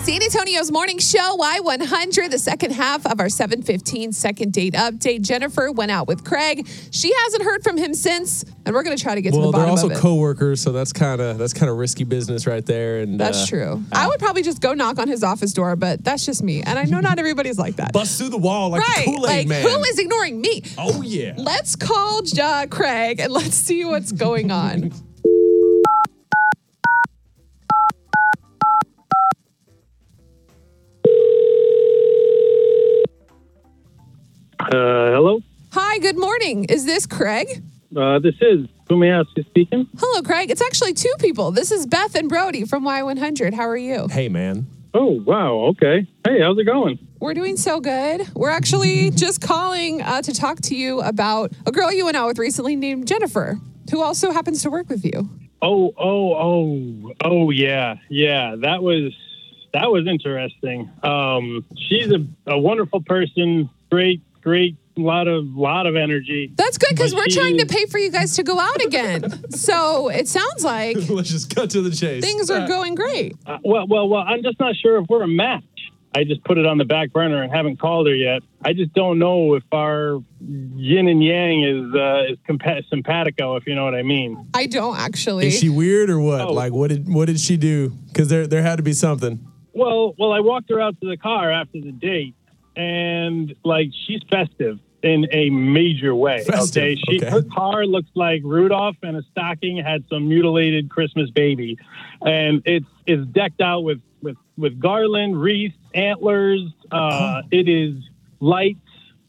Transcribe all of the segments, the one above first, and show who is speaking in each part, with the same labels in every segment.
Speaker 1: San Antonio's morning show, Y100, the second half of our 715 second date update. Jennifer went out with Craig. She hasn't heard from him since, and we're going to try to get to
Speaker 2: Well,
Speaker 1: the
Speaker 2: they're
Speaker 1: bottom
Speaker 2: also
Speaker 1: of it.
Speaker 2: coworkers, so that's kind of that's kind of risky business right there. And
Speaker 1: that's
Speaker 2: uh,
Speaker 1: true. I would probably just go knock on his office door, but that's just me. And I know not everybody's like that.
Speaker 2: Bust through the wall like the
Speaker 1: right.
Speaker 2: Kool-Aid
Speaker 1: Like,
Speaker 2: man.
Speaker 1: who is ignoring me?
Speaker 2: Oh yeah.
Speaker 1: Let's call uh, Craig and let's see what's going on.
Speaker 3: Uh, hello.
Speaker 1: Hi, good morning. Is this Craig?
Speaker 3: Uh, this is who may I ask you speaking?
Speaker 1: Hello, Craig. It's actually two people. This is Beth and Brody from Y100. How are you?
Speaker 2: Hey man.
Speaker 3: Oh wow. Okay. Hey, how's it going?
Speaker 1: We're doing so good. We're actually just calling uh, to talk to you about a girl you went out with recently named Jennifer, who also happens to work with you.
Speaker 3: Oh oh oh oh yeah yeah. That was that was interesting. Um, she's a, a wonderful person. Great great lot of lot of energy.
Speaker 1: That's good because
Speaker 3: But
Speaker 1: we're
Speaker 3: she-
Speaker 1: trying to pay for you guys to go out again. so it sounds like
Speaker 2: Let's just cut to the chase.
Speaker 1: things are going great.
Speaker 3: Uh, well well well. I'm just not sure if we're a match. I just put it on the back burner and haven't called her yet. I just don't know if our yin and yang is uh, is compa- simpatico, if you know what I mean.
Speaker 1: I don't actually.
Speaker 2: Is she weird or what?
Speaker 3: Oh.
Speaker 2: Like what did what did she do? Because there there had to be something.
Speaker 3: Well, well, I walked her out to the car after the date, and like she's festive in a major way.
Speaker 2: Festive,
Speaker 3: okay, she
Speaker 2: okay.
Speaker 3: her car looks like Rudolph and a stocking had some mutilated Christmas baby, and it's it's decked out with with with garland, wreaths, antlers. Uh,
Speaker 2: Oh.
Speaker 3: It is lights.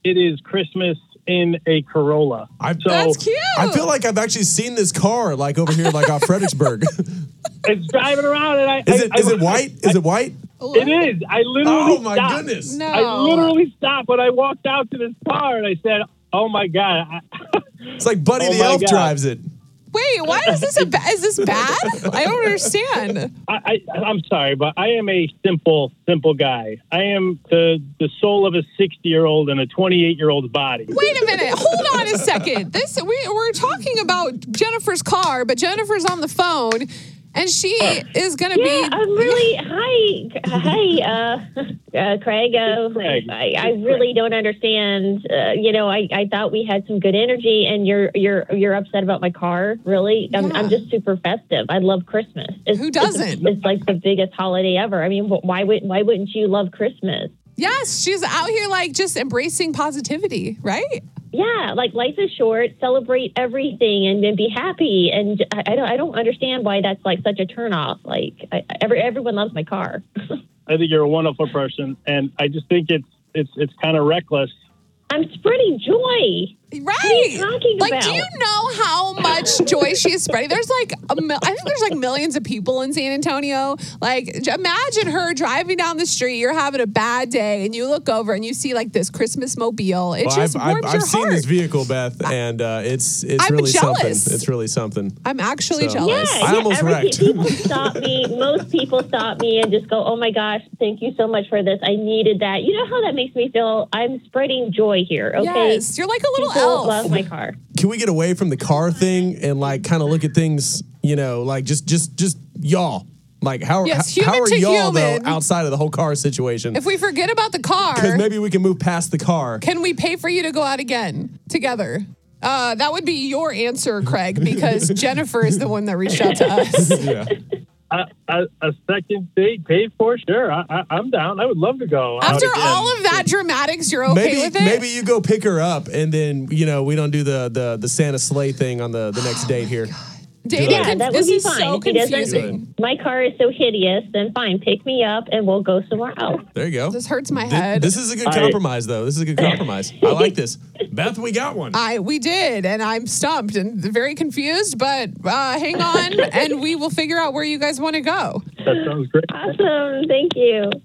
Speaker 3: It is Christmas in a Corolla.
Speaker 2: I-
Speaker 3: so
Speaker 1: That's cute.
Speaker 2: I feel like I've actually seen this car like over here like off Fredericksburg.
Speaker 3: it's driving around, and I
Speaker 2: Is
Speaker 3: I-
Speaker 2: it
Speaker 3: I-
Speaker 2: is it white? Is it white?
Speaker 3: It is. I literally.
Speaker 2: Oh my
Speaker 3: stopped.
Speaker 2: goodness.
Speaker 1: No.
Speaker 3: I literally stopped when I walked out to this car and I said, "Oh my god, I,
Speaker 2: It's like Buddy
Speaker 3: Oh
Speaker 2: the
Speaker 3: my
Speaker 2: Elf
Speaker 3: God.
Speaker 2: drives it.
Speaker 1: Wait, why is this a ba- is this bad? I don't understand.
Speaker 3: I, I I'm sorry, but I am a simple, simple guy. I am the the soul of a 60 year old in a 28 year old's body.
Speaker 1: Wait a minute. Hold on a second. This we, we're talking about Jennifer's car, but Jennifer's on the phone, and she is going to be.
Speaker 4: Yeah, I'm really. Hi, hi, uh, uh, Craig. Uh,
Speaker 3: It's Craig.
Speaker 4: I, I
Speaker 3: It's
Speaker 4: really
Speaker 3: Craig.
Speaker 4: don't understand. Uh, you know, I, I thought we had some good energy, and you're you're you're upset about my car. Really, I'm,
Speaker 1: Yeah.
Speaker 4: I'm just super festive. I love Christmas. It's,
Speaker 1: Who doesn't?
Speaker 4: It's, it's like the biggest holiday ever. I mean, wh- why would why wouldn't you love Christmas?
Speaker 1: Yes, she's out here like just embracing positivity, right?
Speaker 4: Yeah, like life is short. Celebrate everything and then be happy. And I, I don't I don't understand why that's like such a turnoff. Like I, every everyone loves my car.
Speaker 3: I think you're a wonderful person, and I just think it's it's it's kind of reckless.
Speaker 4: I'm spreading joy.
Speaker 1: Right.
Speaker 4: talking
Speaker 1: Like, do
Speaker 4: about?
Speaker 1: you know how much joy she is spreading? There's like, a mil- I think there's like millions of people in San Antonio. Like, j- imagine her driving down the street. You're having a bad day, and you look over and you see like this Christmas mobile. It
Speaker 2: Well,
Speaker 1: just
Speaker 2: I've, I've,
Speaker 1: warms your
Speaker 2: I've seen
Speaker 1: heart.
Speaker 2: this vehicle, Beth, and uh, it's it's
Speaker 1: I'm
Speaker 2: really
Speaker 1: jealous.
Speaker 2: something. It's really something.
Speaker 1: I'm actually
Speaker 2: So-
Speaker 4: Yeah,
Speaker 1: jealous.
Speaker 2: I
Speaker 4: yeah,
Speaker 2: almost
Speaker 4: every-
Speaker 2: wrecked.
Speaker 4: People stop me. Most people stop me and just go, "Oh my gosh, thank you so much for this. I needed that." You know how that makes me feel? I'm spreading joy here. Okay,
Speaker 1: Yes, you're like a little
Speaker 4: people
Speaker 1: elf.
Speaker 4: love my car.
Speaker 2: Can we get away from the car thing and like kind of look at things, you know, like just just just y'all. Like how
Speaker 1: Yes,
Speaker 2: how, how
Speaker 1: human
Speaker 2: are
Speaker 1: to
Speaker 2: y'all
Speaker 1: human.
Speaker 2: though outside of the whole car situation?
Speaker 1: If we forget about the car,
Speaker 2: Because maybe we can move past the car.
Speaker 1: can we pay for you to go out again together? Uh, that would be your answer, Craig, because Jennifer is the one that reached out to us.
Speaker 2: yeah.
Speaker 3: A, a, a second date paid for, sure. I, I, I'm down. I would love to go. out
Speaker 1: After
Speaker 3: again.
Speaker 1: all of that dramatics, you're okay
Speaker 2: maybe
Speaker 1: with it?
Speaker 2: maybe you go pick her up and then you know we don't do the the the Santa sleigh thing on the the next
Speaker 1: Oh
Speaker 2: date here.
Speaker 1: Dating
Speaker 4: Yeah,
Speaker 1: conf-
Speaker 4: that would
Speaker 1: this
Speaker 4: be
Speaker 1: is
Speaker 4: fine.
Speaker 1: so
Speaker 4: She doesn't-
Speaker 1: confusing.
Speaker 4: My car is so hideous. Then fine, pick me up and we'll go somewhere else.
Speaker 2: There you go.
Speaker 1: This hurts my
Speaker 2: Th-
Speaker 1: head.
Speaker 2: This is a good
Speaker 3: I-
Speaker 2: compromise though. This is a good compromise. I like this. Beth, we got one.
Speaker 1: I we did, and I'm stumped and very confused. But uh, hang on, and we will figure out where you guys want to go.
Speaker 3: that sounds great.
Speaker 4: Awesome, thank you.